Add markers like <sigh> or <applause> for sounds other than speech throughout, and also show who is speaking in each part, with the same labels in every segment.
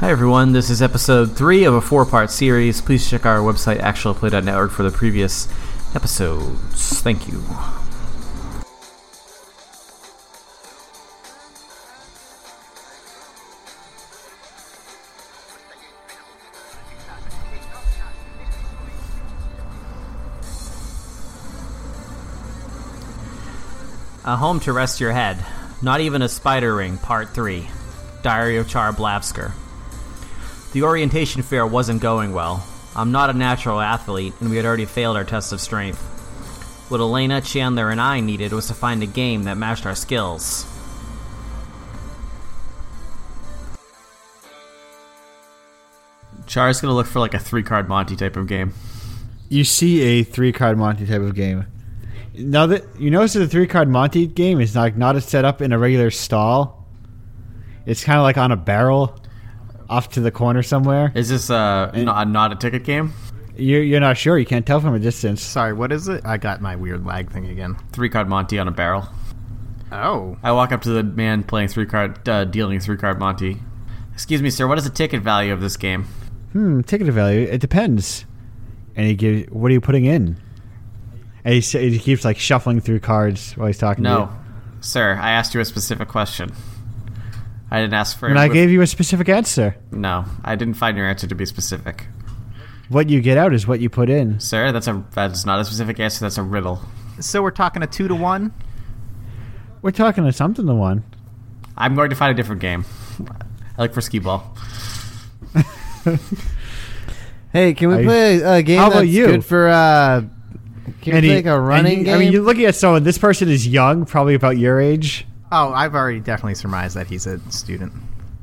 Speaker 1: Hi, everyone. This is episode three of a four part series. Please check our website, actualplay.network, for the previous episodes. Thank you. A home to rest your head. Not even a spider ring, part three. Diary of Char Blavsker. The orientation fair wasn't going well. I'm not a natural athlete, and we had already failed our test of strength. What Elena, Chandler, and I needed was to find a game that matched our skills. Char's gonna look for like a three card Monty type of game.
Speaker 2: You see a three card Monty type of game. Now that you notice that the three card Monty game is like not set up in a regular stall. It's kind of like on a barrel, off to the corner somewhere.
Speaker 1: Is this uh, not, not a ticket game?
Speaker 2: You're, you're not sure. You can't tell from a distance.
Speaker 3: Sorry, what is it? I got my weird lag thing again.
Speaker 1: Three card Monty on a barrel.
Speaker 3: Oh.
Speaker 1: I walk up to the man playing three card, uh, dealing three card Monty. Excuse me, sir. What is the ticket value of this game?
Speaker 2: Hmm, ticket value. It depends. And he gives. What are you putting in? And he, s- he keeps like shuffling through cards while he's talking. to
Speaker 1: No,
Speaker 2: you.
Speaker 1: sir. I asked you a specific question. I didn't ask for.
Speaker 2: And I gave you a specific answer.
Speaker 1: No, I didn't find your answer to be specific,
Speaker 2: What you get out is what you put in.
Speaker 1: sir. That's a that's not a specific answer. That's a riddle.
Speaker 3: So we're talking a two to one?
Speaker 2: We're talking to something to one. <laughs>
Speaker 1: I'm going to find a different game. I look for skee ball.
Speaker 4: Hey, can
Speaker 2: Are
Speaker 4: we
Speaker 2: you-
Speaker 4: play a game
Speaker 2: How about
Speaker 4: that's
Speaker 2: you?
Speaker 4: good for uh can we
Speaker 2: he-
Speaker 4: play like a running
Speaker 2: and you-
Speaker 4: game?
Speaker 2: I mean, you're looking at someone. This person is young, probably about your age.
Speaker 3: Oh, I've already definitely surmised that he's a student.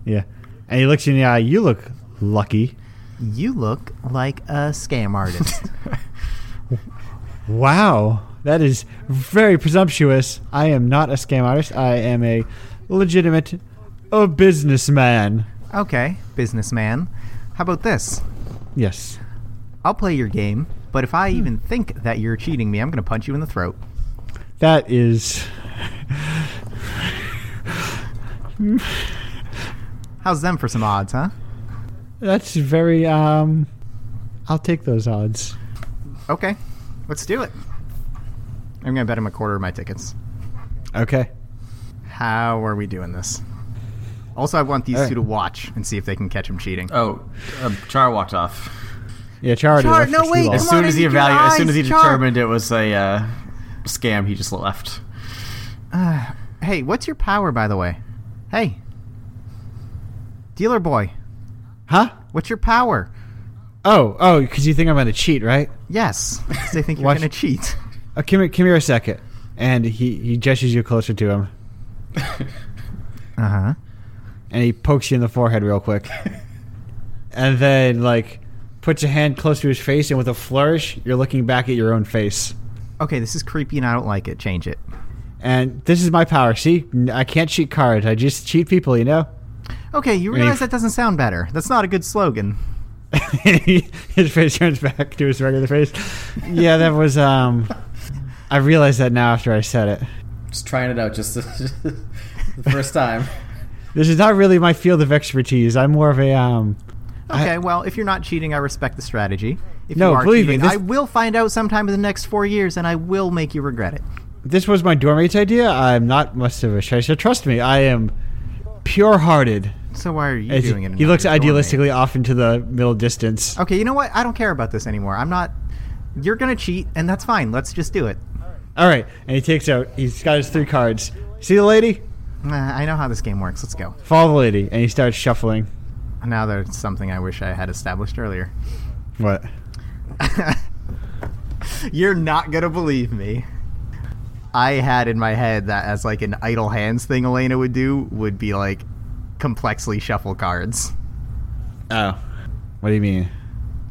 Speaker 2: Yeah. And he looks you in the eye. You look lucky.
Speaker 3: You look like a scam artist.
Speaker 2: Wow. That is very presumptuous. I am not a scam artist. I am a legitimate a businessman.
Speaker 3: okay, businessman. How about this?
Speaker 2: Yes.
Speaker 3: I'll play your game, but if I even think that you're cheating me, I'm going to punch you in the throat.
Speaker 2: That is. <laughs>
Speaker 3: How's them for some odds, huh?
Speaker 2: That's very. Um, I'll take those odds.
Speaker 3: Okay, let's do it. I'm going to bet him a quarter of my tickets.
Speaker 2: Okay.
Speaker 3: How are we doing this? Also, I want these
Speaker 2: All right.
Speaker 3: two to watch and see if they can catch him cheating.
Speaker 1: Oh, um, Char walked off
Speaker 2: Yeah, Charity.
Speaker 3: Char-
Speaker 2: left
Speaker 3: no,
Speaker 2: the
Speaker 3: wait,
Speaker 2: seawall.
Speaker 1: as
Speaker 3: Come
Speaker 1: soon
Speaker 3: on,
Speaker 1: as he
Speaker 3: I need your
Speaker 1: evaluated. As soon as he
Speaker 3: eyes, Char.
Speaker 1: determined it was a uh, scam, he just left.
Speaker 3: Uh, Hey, what's your power, by the way? Hey, dealer boy,
Speaker 2: Huh?
Speaker 3: what's your power?
Speaker 2: Oh, oh, because you think I'm going to cheat, right?
Speaker 3: Yes, 'cause they think you're
Speaker 2: Watch-
Speaker 3: gonna cheat.
Speaker 2: Uh, come, here, come here a second. And he, he gestures you closer to him.
Speaker 3: Uh
Speaker 2: Uh-huh.
Speaker 3: huh.
Speaker 2: and he pokes you in the forehead real quick. and then, like, puts a hand close to his face, and with a flourish, you're looking back at your own face.
Speaker 3: Okay, this is creepy and I don't like it. Change it.
Speaker 2: And this is my power. See, N- I can't cheat cards. I just cheat people, you know? <laughs>
Speaker 3: Okay, you
Speaker 2: Ready
Speaker 3: realize
Speaker 2: f-
Speaker 3: that doesn't sound better. That's not a good slogan.
Speaker 2: his face turns back to his regular face. Yeah, that was, um. I realize that now after I said it.
Speaker 1: Just trying it out, just <laughs> the first time.
Speaker 2: This is not really my field of expertise. I'm more of a, um. <laughs> I-
Speaker 3: Okay, well, if you're not cheating, I respect the strategy. If
Speaker 2: No,
Speaker 3: you are
Speaker 2: believe me,
Speaker 3: cheating,
Speaker 2: this-
Speaker 3: I will find out sometime in the next four years, and I will make you regret it.
Speaker 2: this was my dormmate's idea. I'm not much of a shyster. Trust me, I am pure hearted.
Speaker 3: So why are you
Speaker 2: As
Speaker 3: doing
Speaker 2: he,
Speaker 3: it? in
Speaker 2: he
Speaker 3: front
Speaker 2: looks
Speaker 3: of your doormate?
Speaker 2: idealistically off into the middle distance.
Speaker 3: Okay, you know what? I don't care about this anymore. I'm not. You're gonna cheat, and that's fine. Let's just do it.
Speaker 2: All right, and he takes out. He's got his three cards. See the lady?
Speaker 3: Nah, I know how this game works. Let's go.
Speaker 2: Follow the lady, and he starts shuffling.
Speaker 3: Now there's something I wish I had established earlier. <laughs>
Speaker 2: What?
Speaker 3: You're not gonna believe me. I had in my head that as like an idle hands thing Elena would do would be like complexly shuffle cards.
Speaker 2: Oh, what do you mean?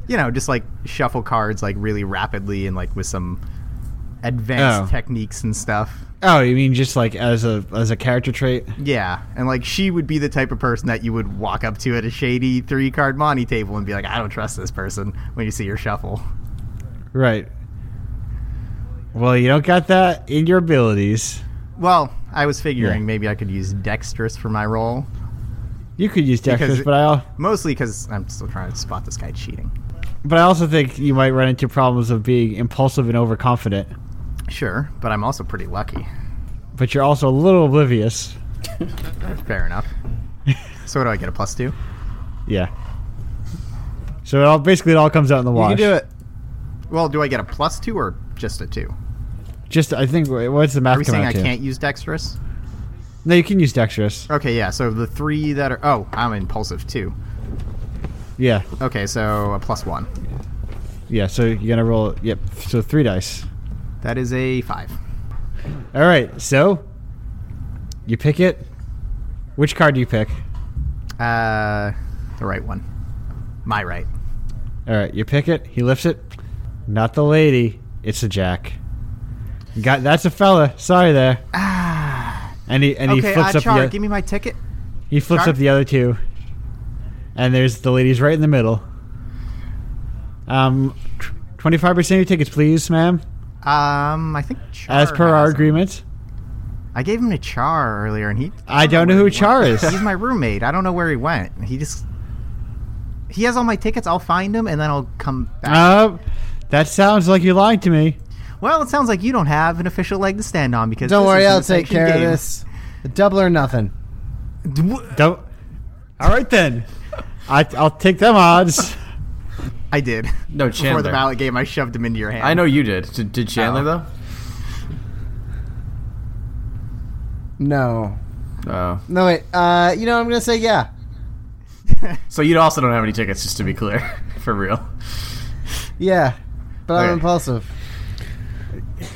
Speaker 3: You know, just like shuffle cards like really rapidly and like with some advanced
Speaker 2: Oh.
Speaker 3: techniques and stuff.
Speaker 2: Oh, you mean just like as a as a character trait?
Speaker 3: Yeah, and like she would be the type of person that you would walk up to at a shady three card monty table and be like, "I don't trust this person" when you see her shuffle.
Speaker 2: Right. Well, you don't got that in your abilities.
Speaker 3: Well, I was figuring
Speaker 2: Yeah.
Speaker 3: maybe I could use dexterous for my role.
Speaker 2: You could use
Speaker 3: Because
Speaker 2: dexterous,
Speaker 3: it-
Speaker 2: but I al-
Speaker 3: Mostly because I'm still trying to spot this guy cheating.
Speaker 2: but I also think you might run into problems of being impulsive and overconfident.
Speaker 3: Sure, but I'm also pretty lucky.
Speaker 2: But you're also a little oblivious. <laughs>
Speaker 3: Fair enough. so what do I get? A plus two?
Speaker 2: Yeah. So it all basically it all comes out in the wash.
Speaker 4: You can do it.
Speaker 3: Well, do I get a plus two or just a two?
Speaker 2: Just I think what's the math
Speaker 3: Are we
Speaker 2: come
Speaker 3: saying
Speaker 2: out
Speaker 3: I
Speaker 2: to?
Speaker 3: can't use dexterous?
Speaker 2: No, you can use dexterous.
Speaker 3: Okay, yeah. So the three that are oh, I'm impulsive too.
Speaker 2: Yeah,
Speaker 3: Okay, so a plus one.
Speaker 2: yeah. So you're gonna roll. Yep. So three dice.
Speaker 3: That is a five.
Speaker 2: All right. So you pick it. Which card do you pick?
Speaker 3: Uh, the right one. My right.
Speaker 2: All right, you pick it. He lifts it. Not the lady. It's a jack. You Got that's a fella. Sorry there. And he and he
Speaker 3: Ah, okay,
Speaker 2: flips
Speaker 3: uh,
Speaker 2: up
Speaker 3: Char,
Speaker 2: the
Speaker 3: give me my ticket.
Speaker 2: he flips
Speaker 3: Char?
Speaker 2: up the other two. And there's the ladies right in the middle. Um, twenty five percent of your tickets, please, ma'am.
Speaker 3: Um, I think Char
Speaker 2: As per our
Speaker 3: has them.
Speaker 2: agreement.
Speaker 3: I gave him to Char earlier, and he.
Speaker 2: I don't know
Speaker 3: where
Speaker 2: who
Speaker 3: he
Speaker 2: Char
Speaker 3: went.
Speaker 2: is.
Speaker 3: <laughs> He's
Speaker 2: <laughs>
Speaker 3: my roommate. I don't know where he went. He just. He has all my tickets. I'll find him, and then I'll come back.
Speaker 2: Uh, that sounds like you lied to me.
Speaker 3: well, it sounds like you don't have an official leg to stand on because
Speaker 4: Don't
Speaker 3: this
Speaker 4: worry,
Speaker 3: isn't
Speaker 4: I'll
Speaker 3: a
Speaker 4: take
Speaker 3: sanctioned
Speaker 4: care
Speaker 3: game.
Speaker 4: of this. A double or nothing.
Speaker 3: Dw-
Speaker 2: Don't. All right then. I I'll take them
Speaker 3: <laughs>
Speaker 2: odds.
Speaker 3: <laughs> I did.
Speaker 1: No,
Speaker 3: <laughs> Before the
Speaker 1: Chandler.
Speaker 3: ballot game, I shoved him into your hand.
Speaker 1: I
Speaker 3: <laughs>
Speaker 1: know you did. Did, did Chandler
Speaker 4: No.
Speaker 1: though? Oh,
Speaker 4: No, wait. Uh, you know, I'm going to say yeah.
Speaker 2: <laughs>
Speaker 1: so you also don't have any tickets, just to be clear, <laughs> for real.
Speaker 4: Yeah. But I'm
Speaker 3: Okay.
Speaker 4: impulsive.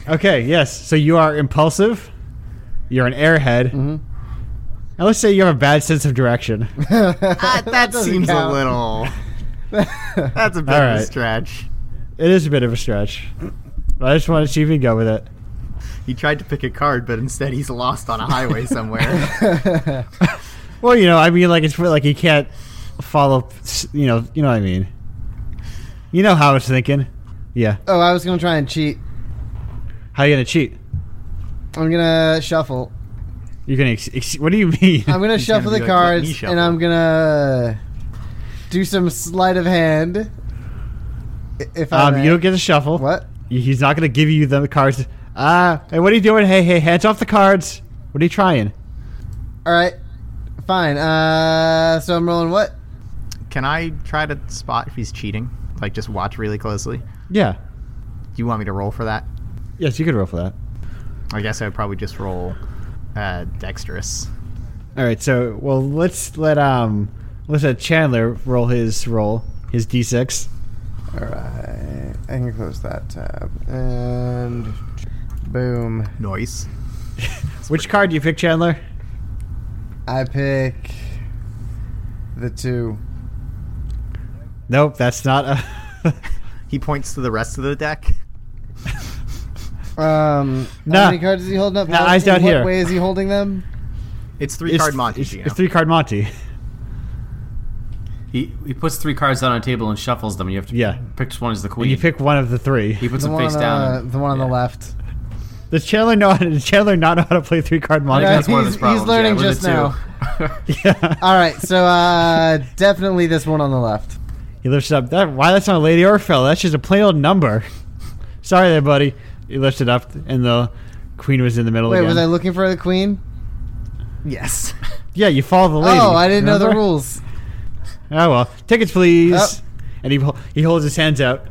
Speaker 2: Okay, yes. So you are impulsive. You're an airhead. <laughs>
Speaker 3: Mm-hmm.
Speaker 4: Mhm.
Speaker 2: Now let's say you have a bad sense of
Speaker 3: <laughs>
Speaker 2: direction.
Speaker 4: <laughs>
Speaker 3: Ah, that
Speaker 4: doesn't
Speaker 3: seems
Speaker 4: count.
Speaker 3: a
Speaker 4: <laughs>
Speaker 3: little. That's a bit
Speaker 2: All
Speaker 3: of a
Speaker 2: right.
Speaker 3: stretch.
Speaker 2: it is a bit of a stretch. But I just want to see if you can go with it.
Speaker 3: He tried to pick a card, but instead he's lost on a highway somewhere.
Speaker 2: <laughs> Well, you know, I mean, like it's like he can't follow. You know, you know what I mean. You know how it's thinking. Yeah.
Speaker 4: <laughs> oh, I was going to try and cheat.
Speaker 2: How you gonna cheat?
Speaker 4: I'm going to
Speaker 2: <laughs>
Speaker 4: shuffle.
Speaker 2: You're gonna. Ex- ex- what do you <laughs> mean?
Speaker 4: I'm going to
Speaker 3: He's gonna
Speaker 4: shuffle
Speaker 3: be
Speaker 4: the
Speaker 3: like, "Let me
Speaker 4: cards
Speaker 3: shuffle."
Speaker 4: and I'm going to do some sleight of hand. I- If I
Speaker 2: um,
Speaker 4: may.
Speaker 2: you don't get to shuffle.
Speaker 4: What?
Speaker 2: He's not gonna give you the cards. Ah, hey, what are you doing? Hey, hey, hands off the cards. What are you trying?
Speaker 4: All right. Fine. Uh, so I'm rolling what?
Speaker 3: Can I try to spot if he's cheating? Like, just watch really closely.
Speaker 2: Yeah.
Speaker 3: Do you want me to roll for that?
Speaker 2: Yes, you could roll for that.
Speaker 3: I guess I would probably just roll uh, dexterous.
Speaker 2: All right, so well, let's let um, let's let Chandler roll his roll, his d6.
Speaker 4: All right. I can close that tab. And boom.
Speaker 3: Noise.
Speaker 2: Which card do you pick, Chandler?
Speaker 4: I pick the two.
Speaker 2: Nope, that's not a.
Speaker 3: He points to the rest of the deck.
Speaker 4: Um,
Speaker 2: Nah.
Speaker 4: How many cards is he holding up?
Speaker 2: Nah,
Speaker 4: What-
Speaker 2: eyes down
Speaker 4: in what
Speaker 2: here.
Speaker 4: way is he holding them?
Speaker 3: It's <laughs> three
Speaker 2: it's,
Speaker 3: card Monte.
Speaker 2: It's,
Speaker 3: Gino.
Speaker 2: it's three card Monty.
Speaker 1: He he puts three cards down on a table and shuffles them. You have to
Speaker 2: Yeah.
Speaker 1: pick which one is the queen.
Speaker 2: And you pick one of the three.
Speaker 1: He puts
Speaker 4: the
Speaker 1: them
Speaker 4: one
Speaker 1: face
Speaker 4: on,
Speaker 1: down.
Speaker 4: uh,
Speaker 1: and-
Speaker 4: the one on
Speaker 1: yeah.
Speaker 4: the left.
Speaker 2: Does Chandler know? How to, does Chandler not know how to play three card
Speaker 1: I think
Speaker 2: Monty?
Speaker 4: Yeah,
Speaker 1: that's one of his
Speaker 4: he's-
Speaker 1: problems.
Speaker 4: he's learning
Speaker 1: yeah, with the <laughs> two.
Speaker 2: <laughs> Yeah.
Speaker 4: All right,
Speaker 1: <laughs>
Speaker 4: so uh, definitely this one on the left.
Speaker 2: He lifts up. That why that's not a lady or a fella. That's just a plain old number. Sorry there, buddy. He lifts it up, and the queen was in the middle
Speaker 4: Wait,
Speaker 2: again.
Speaker 4: was I looking for the queen?
Speaker 3: yes.
Speaker 2: yeah, you follow the lady.
Speaker 4: oh, I didn't know the
Speaker 2: remember?
Speaker 4: rules.
Speaker 2: Oh well, tickets, please.
Speaker 4: Oh.
Speaker 2: And he hol- he holds his hands out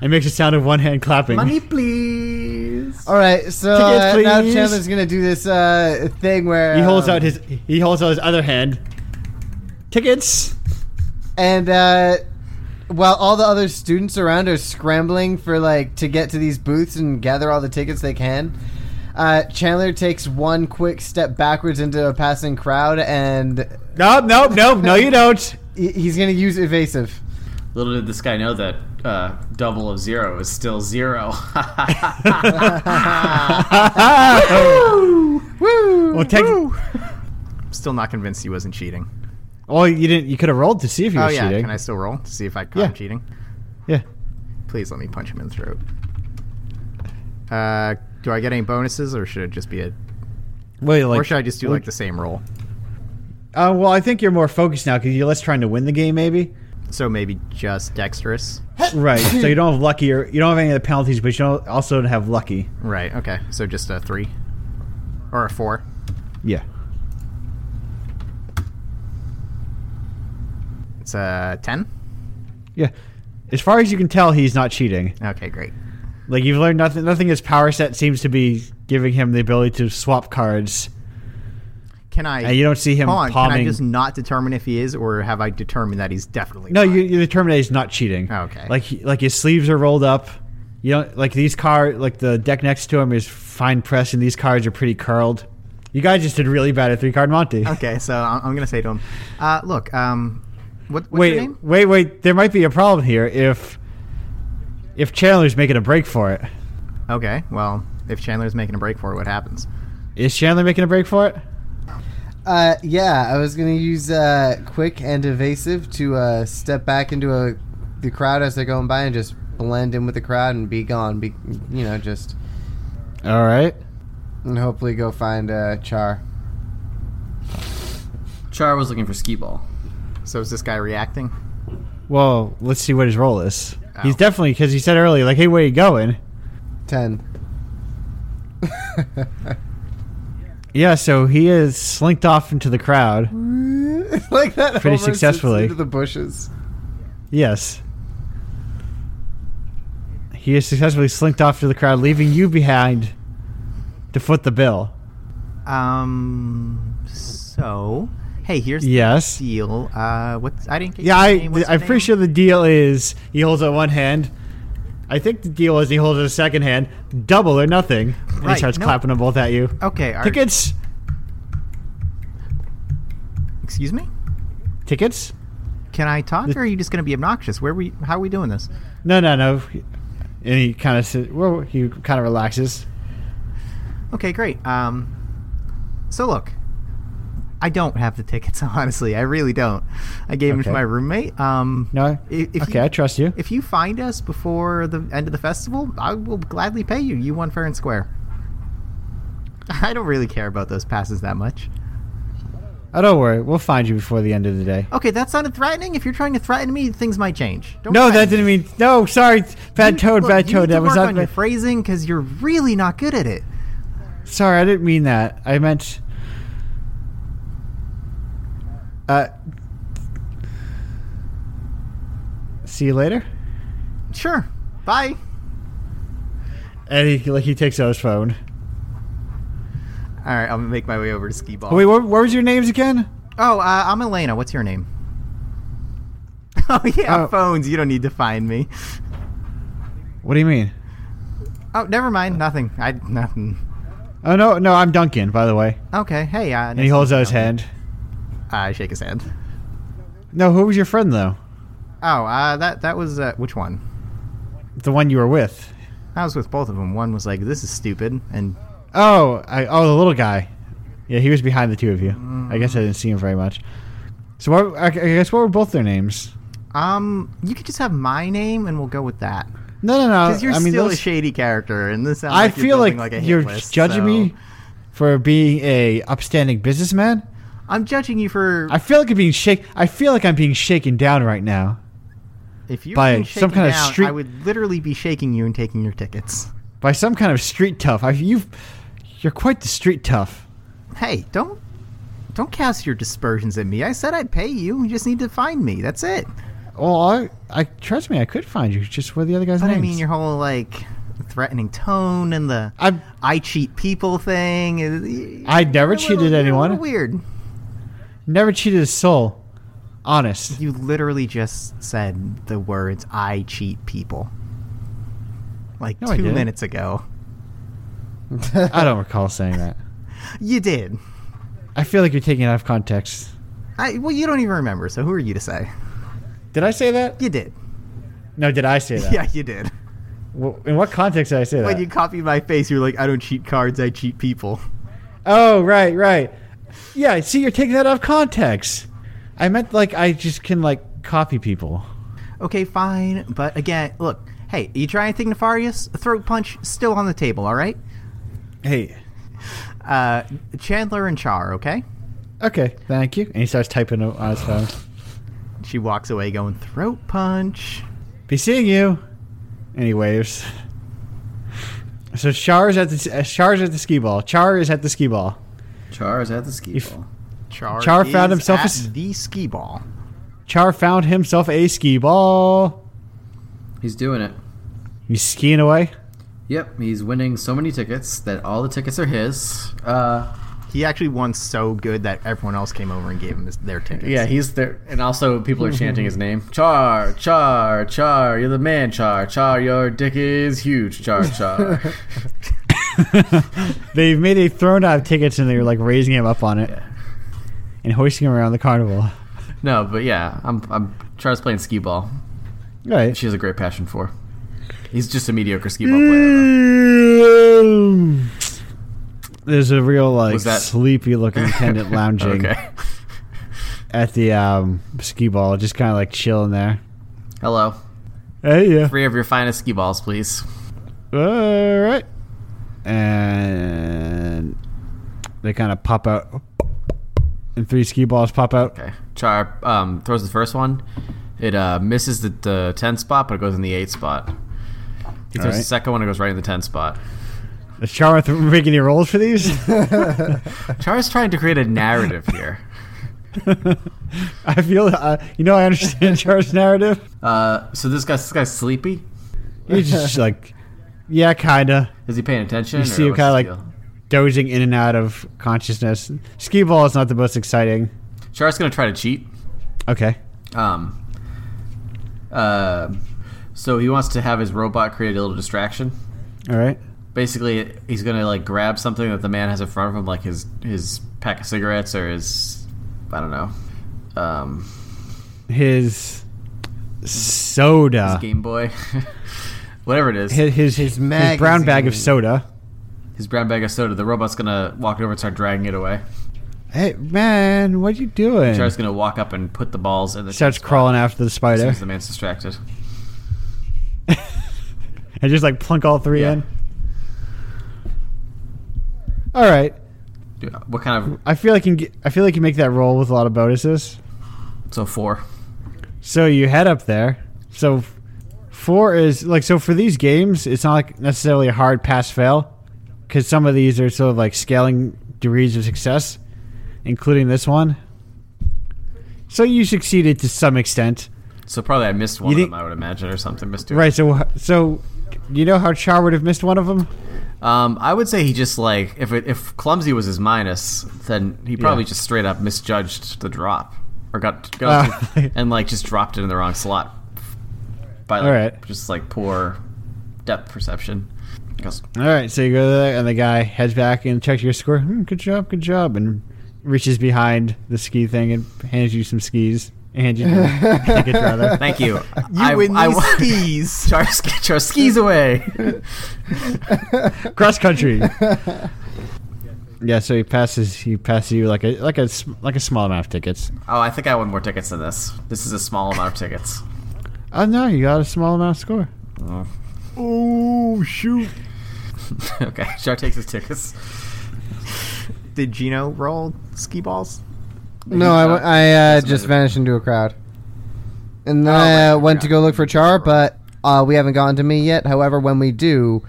Speaker 2: and makes a sound of one hand clapping.
Speaker 3: <laughs> Money, please.
Speaker 4: All
Speaker 2: <laughs>
Speaker 4: right, so
Speaker 2: Tickets,
Speaker 4: uh, now
Speaker 2: please.
Speaker 4: Chandler's gonna do this uh, thing where
Speaker 2: He holds
Speaker 4: um,
Speaker 2: out his he holds out his other hand. Tickets.
Speaker 4: and uh, while all the other students around are scrambling for like to get to these booths and gather all the tickets they can, uh, Chandler takes one quick step backwards into a passing crowd, and
Speaker 2: Nope, nope, nope. No, you
Speaker 3: <laughs>
Speaker 2: don't.
Speaker 4: he- he's gonna use evasive.
Speaker 1: Little did this guy know that uh, double of zero is still
Speaker 4: <laughs>
Speaker 1: zero.
Speaker 4: Woo!
Speaker 2: well, take.
Speaker 3: I'm still not convinced he wasn't cheating.
Speaker 2: Well, you didn't. You could have rolled to see if he
Speaker 3: Oh
Speaker 2: was
Speaker 3: yeah.
Speaker 2: cheating.
Speaker 3: Can I still roll to see if I caught
Speaker 2: Yeah.
Speaker 3: him cheating?
Speaker 2: yeah.
Speaker 3: Please let me punch him in the throat. Uh, do I get any bonuses, or should it just be a?
Speaker 2: Well, you, like,
Speaker 3: or should I just do
Speaker 2: well,
Speaker 3: like the same roll?
Speaker 2: Uh, well, I think you're more focused now because you're less trying to win the game,
Speaker 3: <laughs>
Speaker 2: maybe.
Speaker 3: So maybe just dexterous.
Speaker 2: Right. so you don't have lucky, or you don't have any of the penalties, but you don't also don't have lucky.
Speaker 3: Right. Okay. So just a three or a four.
Speaker 2: Yeah.
Speaker 3: It's a ten.
Speaker 2: Yeah. As far as you can tell, he's not cheating.
Speaker 3: Okay. Great.
Speaker 2: Like you've learned nothing. Nothing his power set seems to be giving him the ability to swap cards.
Speaker 3: Can I?
Speaker 2: And you don't see him
Speaker 3: hold on, Can I
Speaker 2: palming-
Speaker 3: just not determine if he is, or have I determined that he's definitely?
Speaker 2: No,
Speaker 3: not?
Speaker 2: you, you determine that he's not cheating.
Speaker 3: Oh, Okay.
Speaker 2: Like he- like his sleeves are rolled up. You don't like these cards. Like the deck next to him is fine pressed, and these cards are pretty curled. You guys just did really bad at three card Monty.
Speaker 3: <laughs> Okay. So I'm, I'm gonna say to him, uh, look. Um, what, what's your
Speaker 2: wait,
Speaker 3: name?
Speaker 2: wait, wait. There might be a problem here if if Chandler's making a break for it.
Speaker 3: Okay. Well, if Chandler's making a break for it, what happens?
Speaker 2: Is Chandler making a break for it?
Speaker 4: Uh, yeah, I was gonna use uh, quick and evasive to uh, step back into a, the crowd as they're going by and just blend in with the crowd and be gone. Be you know just
Speaker 2: All right.
Speaker 4: and hopefully go find uh, Char.
Speaker 1: Char was looking for skee ball.
Speaker 3: So is this guy reacting?
Speaker 2: Well, let's see what his role is.
Speaker 3: Oh.
Speaker 2: He's definitely because he said earlier, like, "Hey, where you going?"
Speaker 4: Ten. <laughs>
Speaker 2: Yeah, so he is slinked off into the crowd.
Speaker 4: like that.
Speaker 2: Pretty
Speaker 4: Homer sits
Speaker 2: successfully.
Speaker 4: into
Speaker 2: <laughs>
Speaker 4: the bushes.
Speaker 2: Yes. He is successfully slinked off to the crowd, leaving you behind to foot the bill.
Speaker 3: Um. So, hey, here's
Speaker 2: Yes.
Speaker 3: the deal. Uh, what? I didn't. Get
Speaker 2: Yeah,
Speaker 3: your
Speaker 2: I,
Speaker 3: name. What's your
Speaker 2: I'm pretty
Speaker 3: name?
Speaker 2: sure the deal is he holds out one hand. I think the deal is he holds out a second hand, double or nothing. And he
Speaker 3: Right,
Speaker 2: starts
Speaker 3: no.
Speaker 2: clapping them both at you.
Speaker 3: Okay. Are,
Speaker 2: Tickets?
Speaker 3: Excuse me.
Speaker 2: Tickets?
Speaker 3: Can I talk, or are you just gonna be obnoxious? Where we? How are we doing this?
Speaker 2: No, no, no. And he kind of sit- well, he kind of relaxes.
Speaker 3: Okay, great. Um, so look, I don't have the tickets. <laughs> Honestly, I really don't. I gave them to
Speaker 2: Okay.
Speaker 3: my roommate. Um,
Speaker 2: No.
Speaker 3: i- if
Speaker 2: okay,
Speaker 3: you,
Speaker 2: I trust you.
Speaker 3: If you find us before the end of the festival, I will gladly pay you. You won fair and square. <laughs> I don't really care about those passes that much.
Speaker 2: oh, don't worry. We'll find you before the end of the day.
Speaker 3: Okay, that sounded threatening. If you're trying to threaten me, things might change. Don't
Speaker 2: No, that
Speaker 3: threaten me.
Speaker 2: didn't mean. No, sorry, bad
Speaker 3: You-
Speaker 2: toad,
Speaker 3: look,
Speaker 2: bad
Speaker 3: you need
Speaker 2: toad.
Speaker 3: to
Speaker 2: That was
Speaker 3: work
Speaker 2: not.
Speaker 3: on your
Speaker 2: bad-
Speaker 3: phrasing because you're really not good at it.
Speaker 2: Sorry, I didn't mean that. I meant. Uh. See you later.
Speaker 3: Sure. Bye.
Speaker 2: And he like he takes out his phone.
Speaker 3: All right, I'm gonna make my way over to skee ball.
Speaker 2: Oh, Wait, what, what was your names again?
Speaker 3: Oh, uh, I'm Elena. What's your name? <laughs> Oh yeah,
Speaker 2: Oh.
Speaker 3: phones. You don't need to find me.
Speaker 2: What do you mean?
Speaker 3: Oh, never mind. Nothing. I nothing.
Speaker 2: Oh no, no, I'm Duncan, by the way.
Speaker 3: Okay. Hey. Uh,
Speaker 2: And he holds out his hand.
Speaker 3: I shake his hand.
Speaker 2: No, who was your friend though?
Speaker 3: Oh, uh, that that was uh, which one?
Speaker 2: The one you were with.
Speaker 3: I was with both of them. One was like, "This is stupid," and
Speaker 2: Oh, I, oh, the little guy. Yeah, he was behind the two of you. I guess
Speaker 3: Mm.
Speaker 2: I didn't see him very much. So what? I I guess what were both their names?
Speaker 3: um, you could just have my name, and we'll go with that.
Speaker 2: No, no, no.
Speaker 3: Because you're
Speaker 2: Uh, I mean,
Speaker 3: still a
Speaker 2: those-
Speaker 3: shady character, and this sounds
Speaker 2: I
Speaker 3: like
Speaker 2: feel
Speaker 3: you're
Speaker 2: like,
Speaker 3: building, like a hit
Speaker 2: you're
Speaker 3: list,
Speaker 2: judging
Speaker 3: so-
Speaker 2: me for being a upstanding businessman.
Speaker 3: I'm judging you for
Speaker 2: I feel like I'm being shake. I feel like I'm being shaken down right now
Speaker 3: if you
Speaker 2: by
Speaker 3: were being
Speaker 2: some
Speaker 3: shaken
Speaker 2: kind of
Speaker 3: down,
Speaker 2: street-
Speaker 3: I would literally be shaking you and taking your tickets.
Speaker 2: by some kind of street tough. I, you've, you're quite the street tough.
Speaker 3: Hey, don't don't cast your dispersions at me. I said I'd pay you. You just need to find me. That's it.
Speaker 2: Well, I, I trust me. I could find you. Just where the other guy's
Speaker 3: But
Speaker 2: names.
Speaker 3: I mean your whole like threatening tone and the i
Speaker 2: I'm-
Speaker 3: cheat people thing. is-
Speaker 2: I never
Speaker 3: you're a little-
Speaker 2: cheated
Speaker 3: you're a
Speaker 2: anyone.
Speaker 3: little Weird.
Speaker 2: never cheated a soul. Honest.
Speaker 3: You literally just said the words "I cheat people" like
Speaker 2: No, I
Speaker 3: two
Speaker 2: didn't.
Speaker 3: minutes ago.
Speaker 2: I don't recall saying that.
Speaker 3: You did.
Speaker 2: I feel like you're taking it out of context.
Speaker 3: I well, you don't even remember. So who are you to say?
Speaker 2: Did I say that?
Speaker 3: You did.
Speaker 2: No, did I say that?
Speaker 3: <laughs> Yeah, you did.
Speaker 2: Well, in what context did I say that?
Speaker 3: When you copy my face, you're like, "I don't cheat cards. I cheat people."
Speaker 2: Oh, right, right. Yeah, see, you're taking that out of context. I meant like I just can like copy people.
Speaker 3: Okay, fine. But again, look, hey, you try anything nefarious? A throat punch still on the table, all right?
Speaker 2: Hey,
Speaker 3: Uh, Chandler and Char, okay?
Speaker 2: Okay, thank you. And he starts typing o- on his phone.
Speaker 3: She walks away going, throat punch.
Speaker 2: Be seeing you. And he waves. So Char's at the uh, Char's at the ski ball. Char is at the ski ball.
Speaker 1: Char is at the ski
Speaker 2: If-
Speaker 1: ball.
Speaker 3: Char,
Speaker 2: Char found
Speaker 3: is
Speaker 2: himself a
Speaker 3: at
Speaker 2: s-
Speaker 3: the ski ball.
Speaker 2: Char found himself a ski ball.
Speaker 1: He's doing it.
Speaker 2: He's skiing away.
Speaker 1: Yep, he's winning so many tickets that all the tickets are his. Uh,
Speaker 3: He actually won so good that everyone else came over and gave him his, their tickets.
Speaker 1: yeah, he's there, and also people are chanting his name. Char, Char, Char, you're the man, Char, Char, your dick is huge, Char, Char.
Speaker 2: <laughs> They've made a throne out of tickets and they're like raising him up on it and hoisting him around the carnival.
Speaker 1: no, but yeah, I'm, I'm Char's playing skee ball.
Speaker 2: Right.
Speaker 1: She has a great passion for. He's just a mediocre skee ball
Speaker 2: <laughs>
Speaker 1: player.
Speaker 2: There's a real like
Speaker 1: Was that-
Speaker 2: sleepy looking attendant
Speaker 1: though. <laughs>
Speaker 2: lounging
Speaker 1: Okay.
Speaker 2: at the um, ski ball, just kind of like chilling there.
Speaker 1: Hello.
Speaker 2: Hey, yeah.
Speaker 1: Three of your finest skee balls, please.
Speaker 2: All right. And they kind of pop out, and three ski balls pop out.
Speaker 1: Okay. Char um, throws the first one. It uh, misses the, the 10 spot, but it goes in the 8 spot. He throws the
Speaker 2: Alright.
Speaker 1: second one, it goes right in the 10 spot.
Speaker 2: Is Charlotte making any rolls for these?
Speaker 1: <laughs>
Speaker 2: <laughs>
Speaker 1: Char is trying to create a narrative here.
Speaker 2: <laughs> I feel, uh, you know, I understand Char's narrative.
Speaker 1: Uh, so this guy, this guy's sleepy.
Speaker 2: He's just like, yeah, kinda
Speaker 1: Is he paying attention?
Speaker 2: You see him
Speaker 1: what's
Speaker 2: kinda
Speaker 1: his
Speaker 2: like-
Speaker 1: deal?
Speaker 2: dozing in and out of consciousness. Ski ball is not the most exciting.
Speaker 1: Char's gonna try to cheat.
Speaker 2: Okay.
Speaker 1: Um. Uh, so he wants to have his robot create a little distraction.
Speaker 2: All right.
Speaker 1: Basically, he's gonna like grab something that the man has in front of him, like his his pack of cigarettes or his, I don't know, um,
Speaker 2: His soda. His,
Speaker 1: Game Boy, <laughs> whatever it is.
Speaker 2: his, his, brown bag of
Speaker 4: magazine.
Speaker 2: soda.
Speaker 1: His brown bag of soda. The robot's gonna walk over and start dragging it away.
Speaker 2: Hey, man, what you doing?
Speaker 1: Char's gonna walk up and put the balls in the.
Speaker 2: Starts crawling after the
Speaker 1: as soon
Speaker 2: spider
Speaker 1: as the man's distracted.
Speaker 2: and just like plunk all three
Speaker 1: Yeah.
Speaker 2: in. All right.
Speaker 1: Dude, what kind
Speaker 2: I feel like you can get, I feel like you make that roll with a lot of bonuses.
Speaker 1: of? So four.
Speaker 2: So you head up there. So f- four is like so for these games, it's not like necessarily a hard pass fail because some of these are sort of like scaling degrees of success, including this one. So you succeeded to some extent,
Speaker 1: So probably I missed one
Speaker 2: You
Speaker 1: of
Speaker 2: didn't-
Speaker 1: them. I would imagine or something. Missed two.
Speaker 2: right? So so you know how Char would have missed one of them.
Speaker 1: Um, I would say he just like if it, if clumsy was his minus, then he probably
Speaker 2: Yeah.
Speaker 1: just straight up misjudged the drop or got, got
Speaker 2: Ah.
Speaker 1: <laughs> and like just dropped it in the wrong slot. By like,
Speaker 2: All right.
Speaker 1: just like poor depth perception. Because
Speaker 2: All right, so you go there, and the guy heads back and checks your score. Hmm, good job, good job, and reaches behind the ski thing and hands you some skis. And you tickets rather.
Speaker 1: thank
Speaker 2: <laughs>
Speaker 1: you. you
Speaker 3: You win these
Speaker 1: <laughs>
Speaker 3: skis.
Speaker 1: Char, char
Speaker 2: <laughs>
Speaker 1: skis
Speaker 4: <laughs>
Speaker 1: away. <laughs>
Speaker 2: cross country. yeah, so he passes. He passes you like a like a s- like a small amount of tickets.
Speaker 1: Oh, I think I won more tickets than this. This is a small amount of tickets.
Speaker 2: Oh no, you got a small amount of score.
Speaker 3: Oh, shoot.
Speaker 1: <laughs> okay, Char takes his tickets.
Speaker 3: Did Gino roll ski balls?
Speaker 4: No, I, w- I, uh,
Speaker 1: Doesn't
Speaker 4: just
Speaker 1: matter.
Speaker 4: vanished into a crowd. And then
Speaker 1: Oh,
Speaker 4: I
Speaker 1: right,
Speaker 4: uh, went to
Speaker 1: forgot.
Speaker 4: go look for Char, but uh, we haven't gotten to me yet. However, when we do,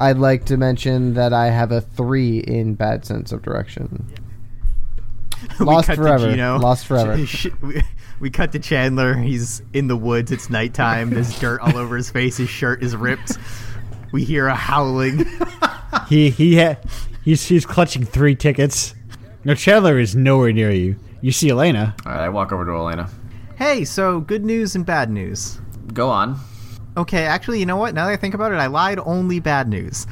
Speaker 4: I'd like to mention that I have a three in bad sense of direction.
Speaker 3: <laughs> We
Speaker 4: Lost
Speaker 3: cut to
Speaker 4: forever.
Speaker 3: Gino.
Speaker 4: Lost forever.
Speaker 3: <laughs> Sh- we- We cut to Chandler. He's in the woods. It's nighttime. There's dirt all over his face. His shirt is ripped. We hear a howling.
Speaker 2: He he ha- he's he's clutching three tickets. No, Chandler is nowhere near you. You see Elena.
Speaker 1: All right, I walk over to Elena.
Speaker 3: <laughs> Hey, so good news and bad news.
Speaker 1: Go on.
Speaker 3: Okay, actually, you know what? Now that I think about it, I lied. Only bad news.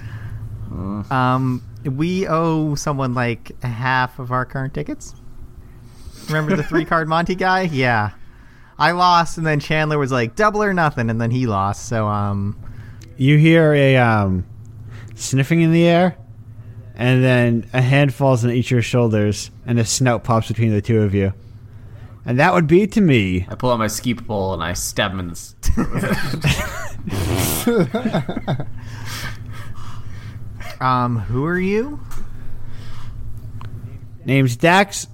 Speaker 3: Um, we owe someone like half of our current tickets. Remember the three <laughs> card Monty guy? Yeah, I lost, and then Chandler was like double or nothing, and then he lost. So um,
Speaker 2: You hear a um, sniffing in the air, and then a hand falls on each of your shoulders, and a snout pops between the two of you. And that would be to me.
Speaker 1: I pull out my ski pole and I stab him in the s- <laughs> throat with it.
Speaker 3: um, who are you?
Speaker 2: Name's Dax.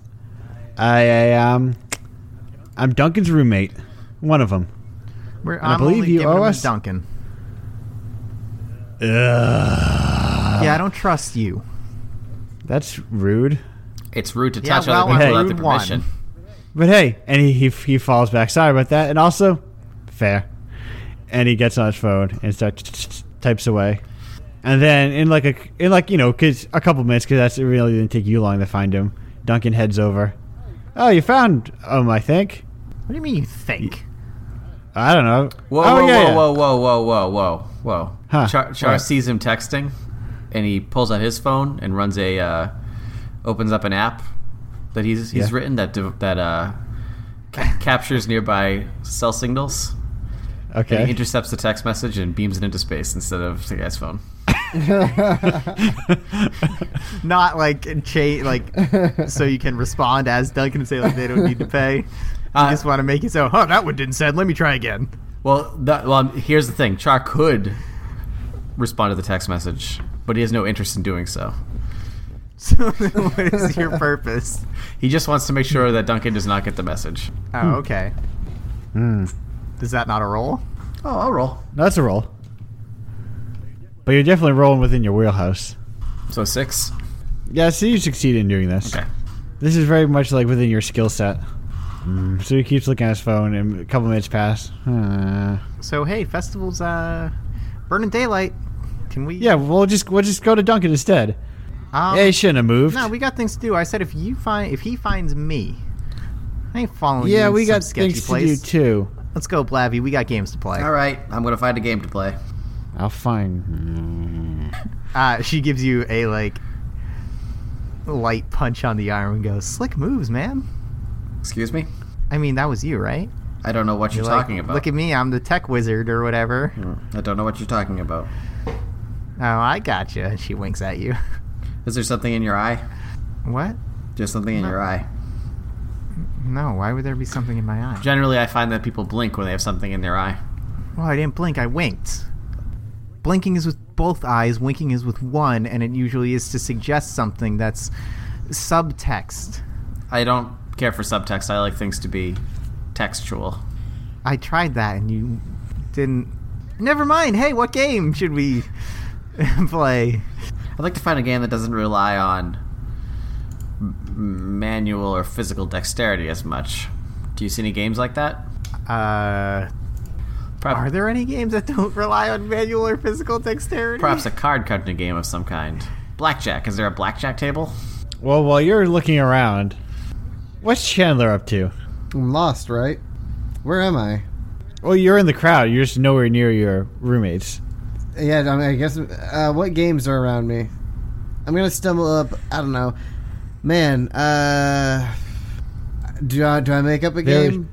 Speaker 2: I, I um, I'm Duncan's roommate, one of them.
Speaker 3: We're,
Speaker 2: I
Speaker 3: I'm
Speaker 2: believe
Speaker 3: only
Speaker 2: you
Speaker 3: giving
Speaker 2: owe
Speaker 3: him a
Speaker 2: us-
Speaker 3: Duncan.
Speaker 2: Uh,
Speaker 3: yeah, I don't trust you.
Speaker 2: That's rude.
Speaker 1: It's rude to
Speaker 3: Yeah,
Speaker 1: touch
Speaker 3: well,
Speaker 1: other people
Speaker 2: I'm
Speaker 1: without
Speaker 3: rude
Speaker 1: their
Speaker 3: one.
Speaker 1: permission.
Speaker 2: But hey, and he, he he falls back. Sorry about that. And also, fair. And he gets on his phone and starts types away. And then in like a in like you know, 'cause a couple minutes, because that's it really didn't take you long to find him. Duncan heads over. Oh, you found him, I think.
Speaker 3: What do you mean you think?
Speaker 2: I don't know.
Speaker 1: Whoa,
Speaker 2: oh,
Speaker 1: whoa,
Speaker 2: yeah, yeah.
Speaker 1: whoa, whoa, whoa, whoa, whoa, whoa, whoa.
Speaker 2: Huh.
Speaker 1: Char, Char
Speaker 2: What?
Speaker 1: sees him texting, and he pulls out his phone and runs a, uh, opens up an app that he's he's
Speaker 2: Yeah.
Speaker 1: written that de- that uh, ca- captures nearby cell signals. And
Speaker 2: Okay.
Speaker 1: he intercepts the text message and beams it into space instead of the guy's phone.
Speaker 3: Not like cha-
Speaker 2: <laughs>
Speaker 3: like so you can respond as Duncan and say like they don't need to pay. You
Speaker 1: Uh,
Speaker 3: just want to make it so, huh? That one didn't send. Let me try again. <laughs>
Speaker 1: Well, that, well, um, here's the thing. Char could respond to the text message, but he has no interest in doing so.
Speaker 3: So what
Speaker 2: <laughs>
Speaker 3: is your purpose?
Speaker 1: He just wants to make sure that Duncan does not get the message.
Speaker 3: Oh, okay.
Speaker 2: <laughs> Hmm.
Speaker 3: Is that not a roll?
Speaker 1: Oh, I'll roll.
Speaker 2: No, that's a roll. But you're definitely rolling within your wheelhouse.
Speaker 1: So six.
Speaker 2: Yeah, so you succeed in doing this.
Speaker 1: Okay.
Speaker 2: This is very much like within your skill set. So he keeps looking at his phone, and a couple minutes pass. Uh,
Speaker 3: So hey, festivals, uh, burning daylight. Can we?
Speaker 2: yeah, we'll just we'll just go to Duncan instead.
Speaker 3: Um,
Speaker 2: yeah, he shouldn't have moved.
Speaker 3: No, we got things to do. I said if you find if he finds me, I ain't following you.
Speaker 2: yeah,
Speaker 3: in
Speaker 2: we
Speaker 3: some
Speaker 2: got
Speaker 3: sketchy
Speaker 2: things
Speaker 3: place.
Speaker 2: to do too.
Speaker 3: Let's go, Blavy. We got games to play.
Speaker 1: All right. I'm gonna find a game to play.
Speaker 2: I'll find.
Speaker 3: Uh, she gives you a like light punch on the arm and goes, "Slick moves, man."
Speaker 1: Excuse me.
Speaker 3: I mean, that was you, right?
Speaker 1: I don't know what you're,
Speaker 3: like,
Speaker 1: talking about. Hmm.
Speaker 3: Look at me, I'm the tech wizard or whatever.
Speaker 1: I don't know what you're talking about.
Speaker 3: Oh, I got you. And she winks at you. <laughs>
Speaker 1: Is there something in your eye?
Speaker 3: what?
Speaker 1: Just something in your eye.
Speaker 3: No, why would there be something in my eye?
Speaker 1: Generally, I find that people blink when they have something in their eye.
Speaker 3: Well, "Oh, I didn't blink. I winked. Blinking is with both eyes. Winking is with one, and it usually is to suggest something that's subtext.
Speaker 1: I don't care for subtext. I like things to be textual.
Speaker 3: I tried that, and you didn't. Never mind. Hey, what game should we <laughs> play?
Speaker 1: I'd like to find a game that doesn't rely on m- manual or physical dexterity as much. Do you see any games like that?
Speaker 3: Uh,
Speaker 1: Perhaps,
Speaker 3: are there any games that don't rely on manual or physical dexterity?
Speaker 1: perhaps a card company game of some kind. Blackjack. Is there a blackjack table?
Speaker 2: Well, while you're looking around, what's Chandler up to?
Speaker 4: <laughs> I'm lost, right? Where am I?
Speaker 2: Well, you're in the crowd. You're just nowhere near your roommates.
Speaker 4: Yeah, I, mean, I guess. Uh, what games are around me? I'm gonna stumble up. I don't know, man. Uh, do I do I make up a
Speaker 2: There-
Speaker 4: game?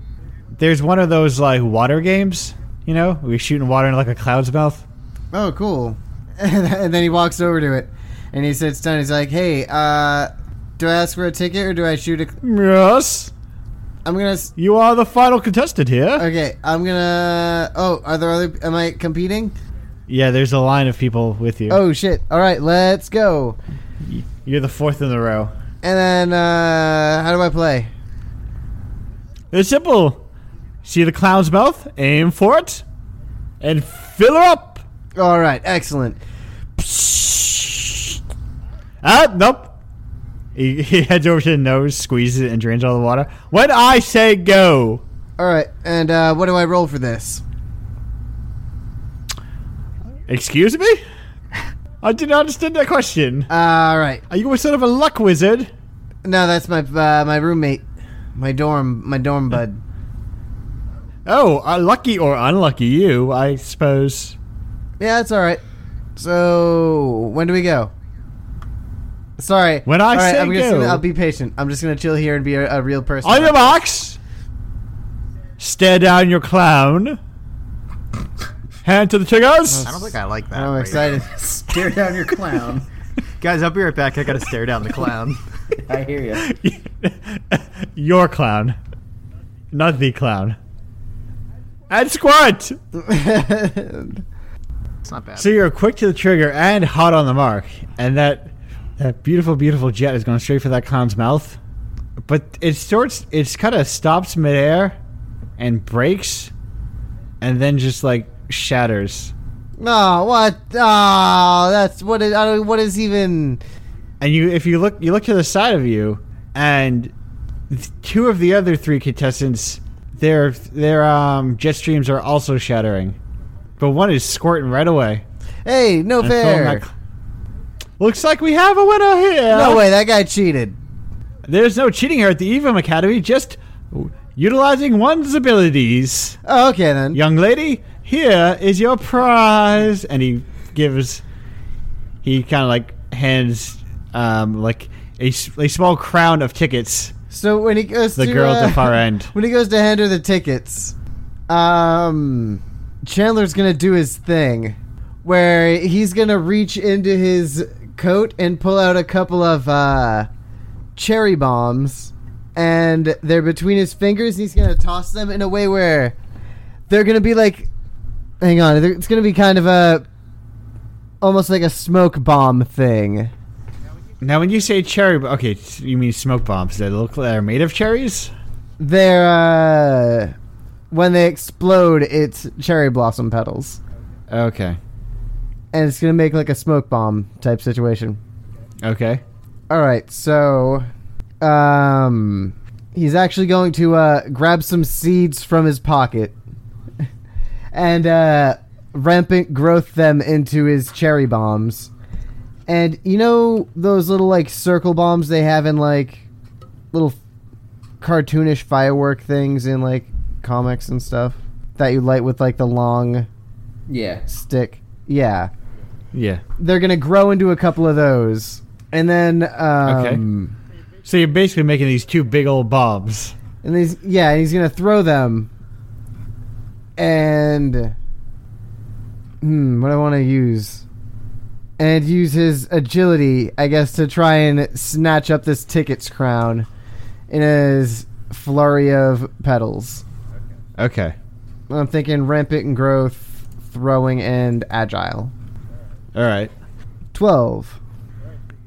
Speaker 2: There's one of those like water games. You know, we shooting water in like a cloud's mouth.
Speaker 4: Oh, cool. <laughs> and then he walks over to it, and he sits down. He's like, "Hey, uh, do I ask for a ticket or do I shoot a?
Speaker 2: Yes,
Speaker 4: I'm gonna. s-
Speaker 2: you are the final contestant here.
Speaker 4: Okay, I'm gonna. Oh, are there other? Am I competing?
Speaker 2: Yeah, there's a line of people with you.
Speaker 4: Oh shit! All right, let's go.
Speaker 2: You're the fourth in the row.
Speaker 4: And then, uh, how do I play?
Speaker 2: It's simple. See the clown's mouth, aim for it, and fill her up.
Speaker 4: All right, excellent.
Speaker 2: Ah, nope. He, <laughs> he heads over to the nose, squeezes it, and drains all the water. When I say go,
Speaker 4: All right, and uh, what do I roll for this?
Speaker 2: excuse me? <laughs> I did not understand that question.
Speaker 4: Uh, All right.
Speaker 2: Are you a sort of a luck wizard?
Speaker 4: No, that's my uh, my roommate, my dorm, my dorm bud.
Speaker 2: Oh, uh, lucky or unlucky you, I suppose.
Speaker 4: Yeah, that's all right. So when do we go? Sorry.
Speaker 2: When I
Speaker 4: All right,
Speaker 2: say
Speaker 4: I'm just
Speaker 2: go.
Speaker 4: Gonna, I'll be patient. I'm just gonna chill here and be a, a real person.
Speaker 2: On your marks, stare down your clown. Hand to the triggers.
Speaker 3: I don't think I like that.
Speaker 4: I'm
Speaker 3: phrase.
Speaker 1: <laughs>
Speaker 4: excited.
Speaker 1: Stare down your
Speaker 4: <laughs>
Speaker 1: clown.
Speaker 3: Guys, I'll be right back. I gotta stare down the <laughs> clown.
Speaker 1: I hear
Speaker 2: <laughs>
Speaker 1: you.
Speaker 2: Your clown. Not the clown. And squirt!
Speaker 3: it's not bad.
Speaker 2: So you're quick to the trigger and hot on the mark. And that that beautiful, beautiful jet is going straight for that clown's mouth. but it starts. It's kind of stops midair, and breaks, and then just like shatters.
Speaker 4: No, what? Oh, that's what. It, I don't, what is even?
Speaker 2: And you, if you look, you look to the side of you, and th- two of the other three contestants, their their um, jet streams are also shattering, but one is squirting right away.
Speaker 4: Hey, no
Speaker 2: And filling
Speaker 4: fair.
Speaker 2: that cl- Looks like we have a winner here.
Speaker 4: No way, that guy cheated.
Speaker 2: There's no cheating here at the Evum Academy. Just utilizing one's abilities.
Speaker 4: Oh, okay then.
Speaker 2: Young lady, here is your prize. And he gives, he kind of like hands, um, like a, s- a small crown of tickets.
Speaker 4: So when he goes
Speaker 2: The
Speaker 4: to,
Speaker 2: girl at the
Speaker 4: uh,
Speaker 2: far end.
Speaker 4: <laughs> when he goes to hand her the tickets, um, Chandler's gonna do his thing, where he's gonna reach into his coat and pull out a couple of uh, cherry bombs, and they're between his fingers. And he's gonna toss them in a way where they're gonna be like, hang on, it's gonna be kind of a almost like a smoke bomb thing.
Speaker 2: Now, when you say cherry, bo- okay, s- you mean smoke bombs that look that are made of cherries?
Speaker 4: They're uh, when they explode, it's cherry blossom petals,
Speaker 2: Okay.
Speaker 4: and it's gonna make like a smoke bomb type situation.
Speaker 2: Okay.
Speaker 4: All right, so um, he's actually going to uh, grab some seeds from his pocket <laughs> and uh, rampant growth them into his cherry bombs. And you know those little like circle bombs they have in like little cartoonish firework things in like comics and stuff that you light with like the long
Speaker 1: Yeah.
Speaker 4: stick. Yeah
Speaker 2: Yeah.
Speaker 4: they're gonna grow into a couple of those, and then um,
Speaker 2: So you're basically making these two big old bombs.
Speaker 4: and he's yeah, and he's gonna throw them, and hmm, what I want to use, and use his agility, I guess, to try and snatch up this ticket's crown in his flurry of petals.
Speaker 2: Okay.
Speaker 4: I'm thinking rampant and growth, throwing and agile.
Speaker 2: All right.
Speaker 4: Twelve.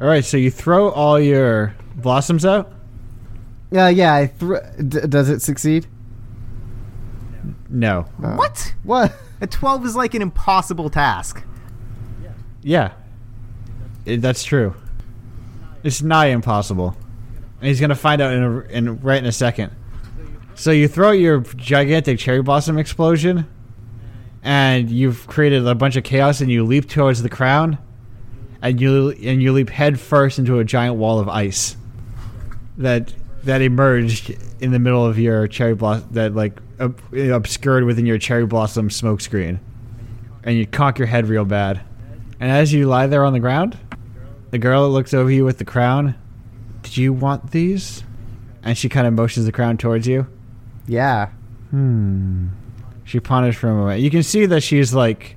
Speaker 2: All right. So you throw all your blossoms out?
Speaker 4: Yeah, Uh, yeah. I thr- d- does it succeed?
Speaker 2: No.
Speaker 4: No.
Speaker 3: What?
Speaker 4: What? <laughs>
Speaker 3: A 12 is like an impossible task.
Speaker 2: Yeah, It- that's true. It's nigh impossible, and he's gonna find out in a, in right in a second. So you throw out your gigantic cherry blossom explosion, and you've created a bunch of chaos, and you leap towards the crown, and you and you leap head first into a giant wall of ice that that emerged in the middle of your cherry blossom that like ob- obscured within your cherry blossom smoke screen and you conk your head real bad. And as you lie there on the ground, the girl looks over you with the crown. Did you want these? And she kind of motions the crown towards you.
Speaker 4: Yeah.
Speaker 2: Hmm. She ponders for a moment. You can see that she's like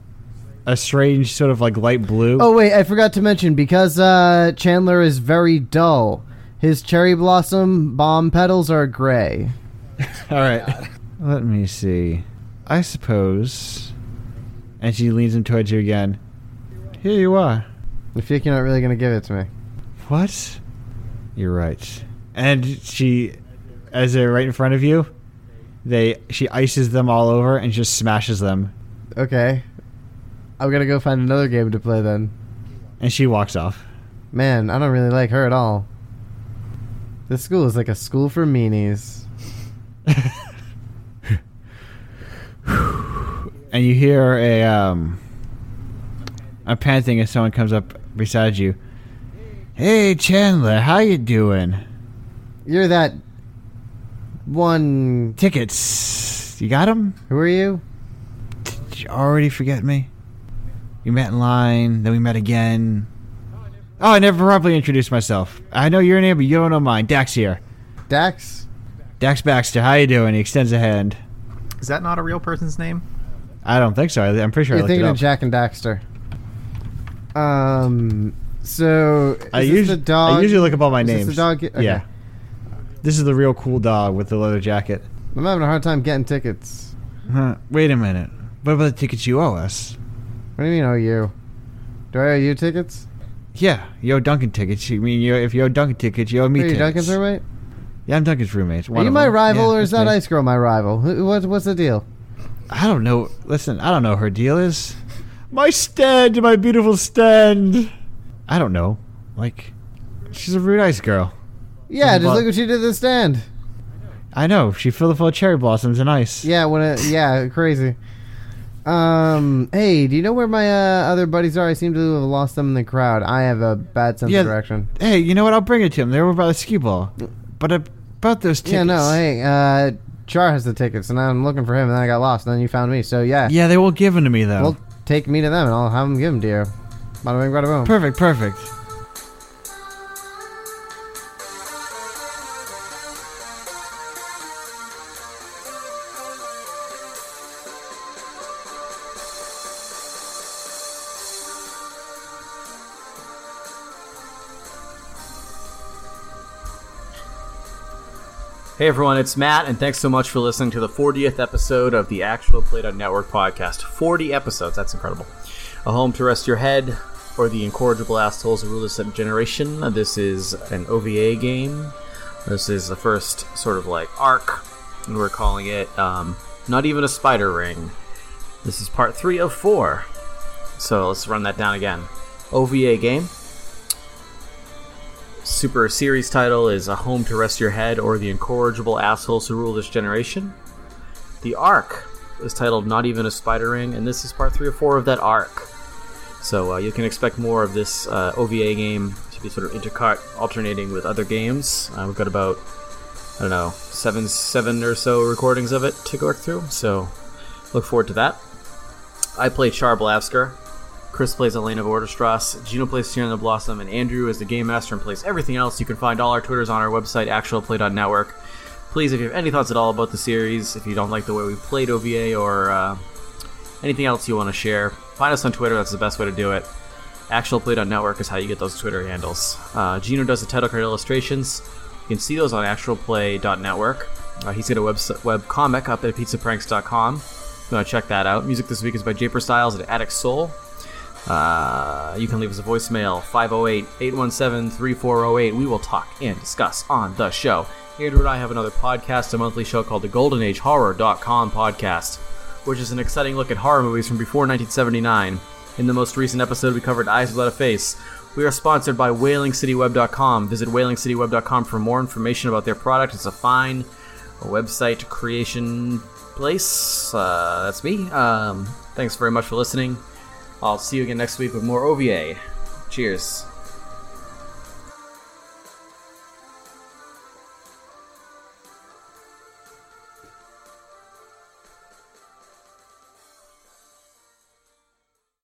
Speaker 2: a strange sort of like light blue.
Speaker 4: Oh wait, I forgot to mention because uh, Chandler is very dull. His cherry blossom bomb petals are gray.
Speaker 2: <laughs> All right. Let me see. I suppose. And she leans in towards you again. Here you are.
Speaker 4: I feel like you're not really gonna give it to me.
Speaker 2: What? You're right. And she, as they're right in front of you, they she ices them all over and just smashes them,
Speaker 4: Okay. I'm gonna go find another game to play then.
Speaker 2: and she walks off.
Speaker 4: Man, I don't really like her at all. This school is like a school for meanies.
Speaker 2: And you hear a um, a panting as someone comes up beside you. Hey Chandler, how you doing?
Speaker 4: You're that one.
Speaker 2: Tickets, you got them?
Speaker 4: Who are you?
Speaker 2: Did you already forget me? We met in line, then we met again. Oh, I never properly introduced myself. I know your name, but you don't know mine. Dax here.
Speaker 4: Dax?
Speaker 2: Dax Baxter, how you doing? He extends a hand.
Speaker 3: Is that not a real person's name?
Speaker 2: I don't think so. I- I'm pretty sure I
Speaker 4: You're
Speaker 2: looked it
Speaker 4: thinking
Speaker 2: up.
Speaker 4: of Jack and Daxter. Um. So is
Speaker 2: I,
Speaker 4: this
Speaker 2: usu-
Speaker 4: the dog?
Speaker 2: I usually look up all my
Speaker 4: is this
Speaker 2: names.
Speaker 4: the dog? Okay.
Speaker 2: Yeah. This is the real cool dog with the leather jacket.
Speaker 4: I'm having a hard time getting tickets.
Speaker 2: Huh, Wait a minute. What about the tickets you owe us?
Speaker 4: What do you mean, owe you? Do I owe you tickets?
Speaker 2: Yeah, you owe Duncan tickets. You mean you, if you owe Duncan tickets, you owe me
Speaker 4: Are you
Speaker 2: tickets.
Speaker 4: Duncan's roommate?
Speaker 2: Yeah, I'm Duncan's roommate.
Speaker 4: Are you my rival, or is that
Speaker 2: I?
Speaker 4: Ice Girl my rival? Who, what, what's the deal?
Speaker 2: I don't know. Listen, I don't know what her deal is. My stand, my beautiful stand. I don't know. Like, she's a rude ice girl.
Speaker 4: Yeah, just
Speaker 2: But-
Speaker 4: look what she did to the stand.
Speaker 2: I know. She filled it full of cherry blossoms and ice.
Speaker 4: Yeah, when it, yeah, crazy. Um, hey, do you know where my uh, other buddies are? I seem to have lost them in the crowd. I have a bad sense
Speaker 2: Yeah,
Speaker 4: of direction.
Speaker 2: Hey, you know what? I'll bring it to him. They were about the skee ball. But about those tickets.
Speaker 4: Yeah, no, hey, uh, Char has the tickets, and I'm looking for him, and then I got lost, and then you found me. So yeah,
Speaker 2: Yeah, they won't give them to me though.
Speaker 4: well, take me to them, and I'll have them give them to you. Bada bing, bada boom.
Speaker 2: perfect, perfect.
Speaker 5: Hey everyone, it's Matt, and thanks so much for listening to the 40th episode of the Actual Plato Network podcast. 40 episodes, that's incredible. A home to rest your head, or the incorrigible assholes who rule this generation. This is an OVA game. This is the first sort of like arc, and we're calling it um, Not Even a Spider Ring. This is part three of four. So let's run that down again. OVA game, super series title is A Home to Rest Your Head or The Incorrigible Assholes Who Rule This Generation. The arc is titled Not Even a Spider Ring, and this is part three or four of that arc. So uh, you can expect more of this uh, OVA game to be sort of intercut, alternating with other games. Uh, we've got about, I don't know, seven, seven or so recordings of it to work through, so look forward to that. I play Char Blasker, Chris plays Elena Vorderstrass, Gino plays Sierra the Blossom, and Andrew is the game master and plays everything else. You can find all our Twitters on our website, actualplay.network. Please, if you have any thoughts at all about the series, if you don't like the way we played OVA or uh, anything else you want to share, find us on Twitter. That's the best way to do it. Actualplay.network is how you get those Twitter handles. Uh, Gino does the title card illustrations. You can see those on actualplay.network. Uh, he's got a web, web comic up at pizzapranks.com. If you want to check that out. Music this week is by Japer Styles at Attic Soul. Uh, you can leave us a voicemail 508 817 3408. We will talk and discuss on the show. Andrew and I have another podcast, a monthly show called the Golden Age Horror.com podcast, which is an exciting look at horror movies from before 1979. In the most recent episode, we covered Eyes Without a Face. We are sponsored by WhalingCityWeb.com. Visit WhalingCityWeb.com for more information about their product. It's a fine website creation place. Uh, that's me. Um, thanks very much for listening. I'll see you again next week with more OVA. Cheers.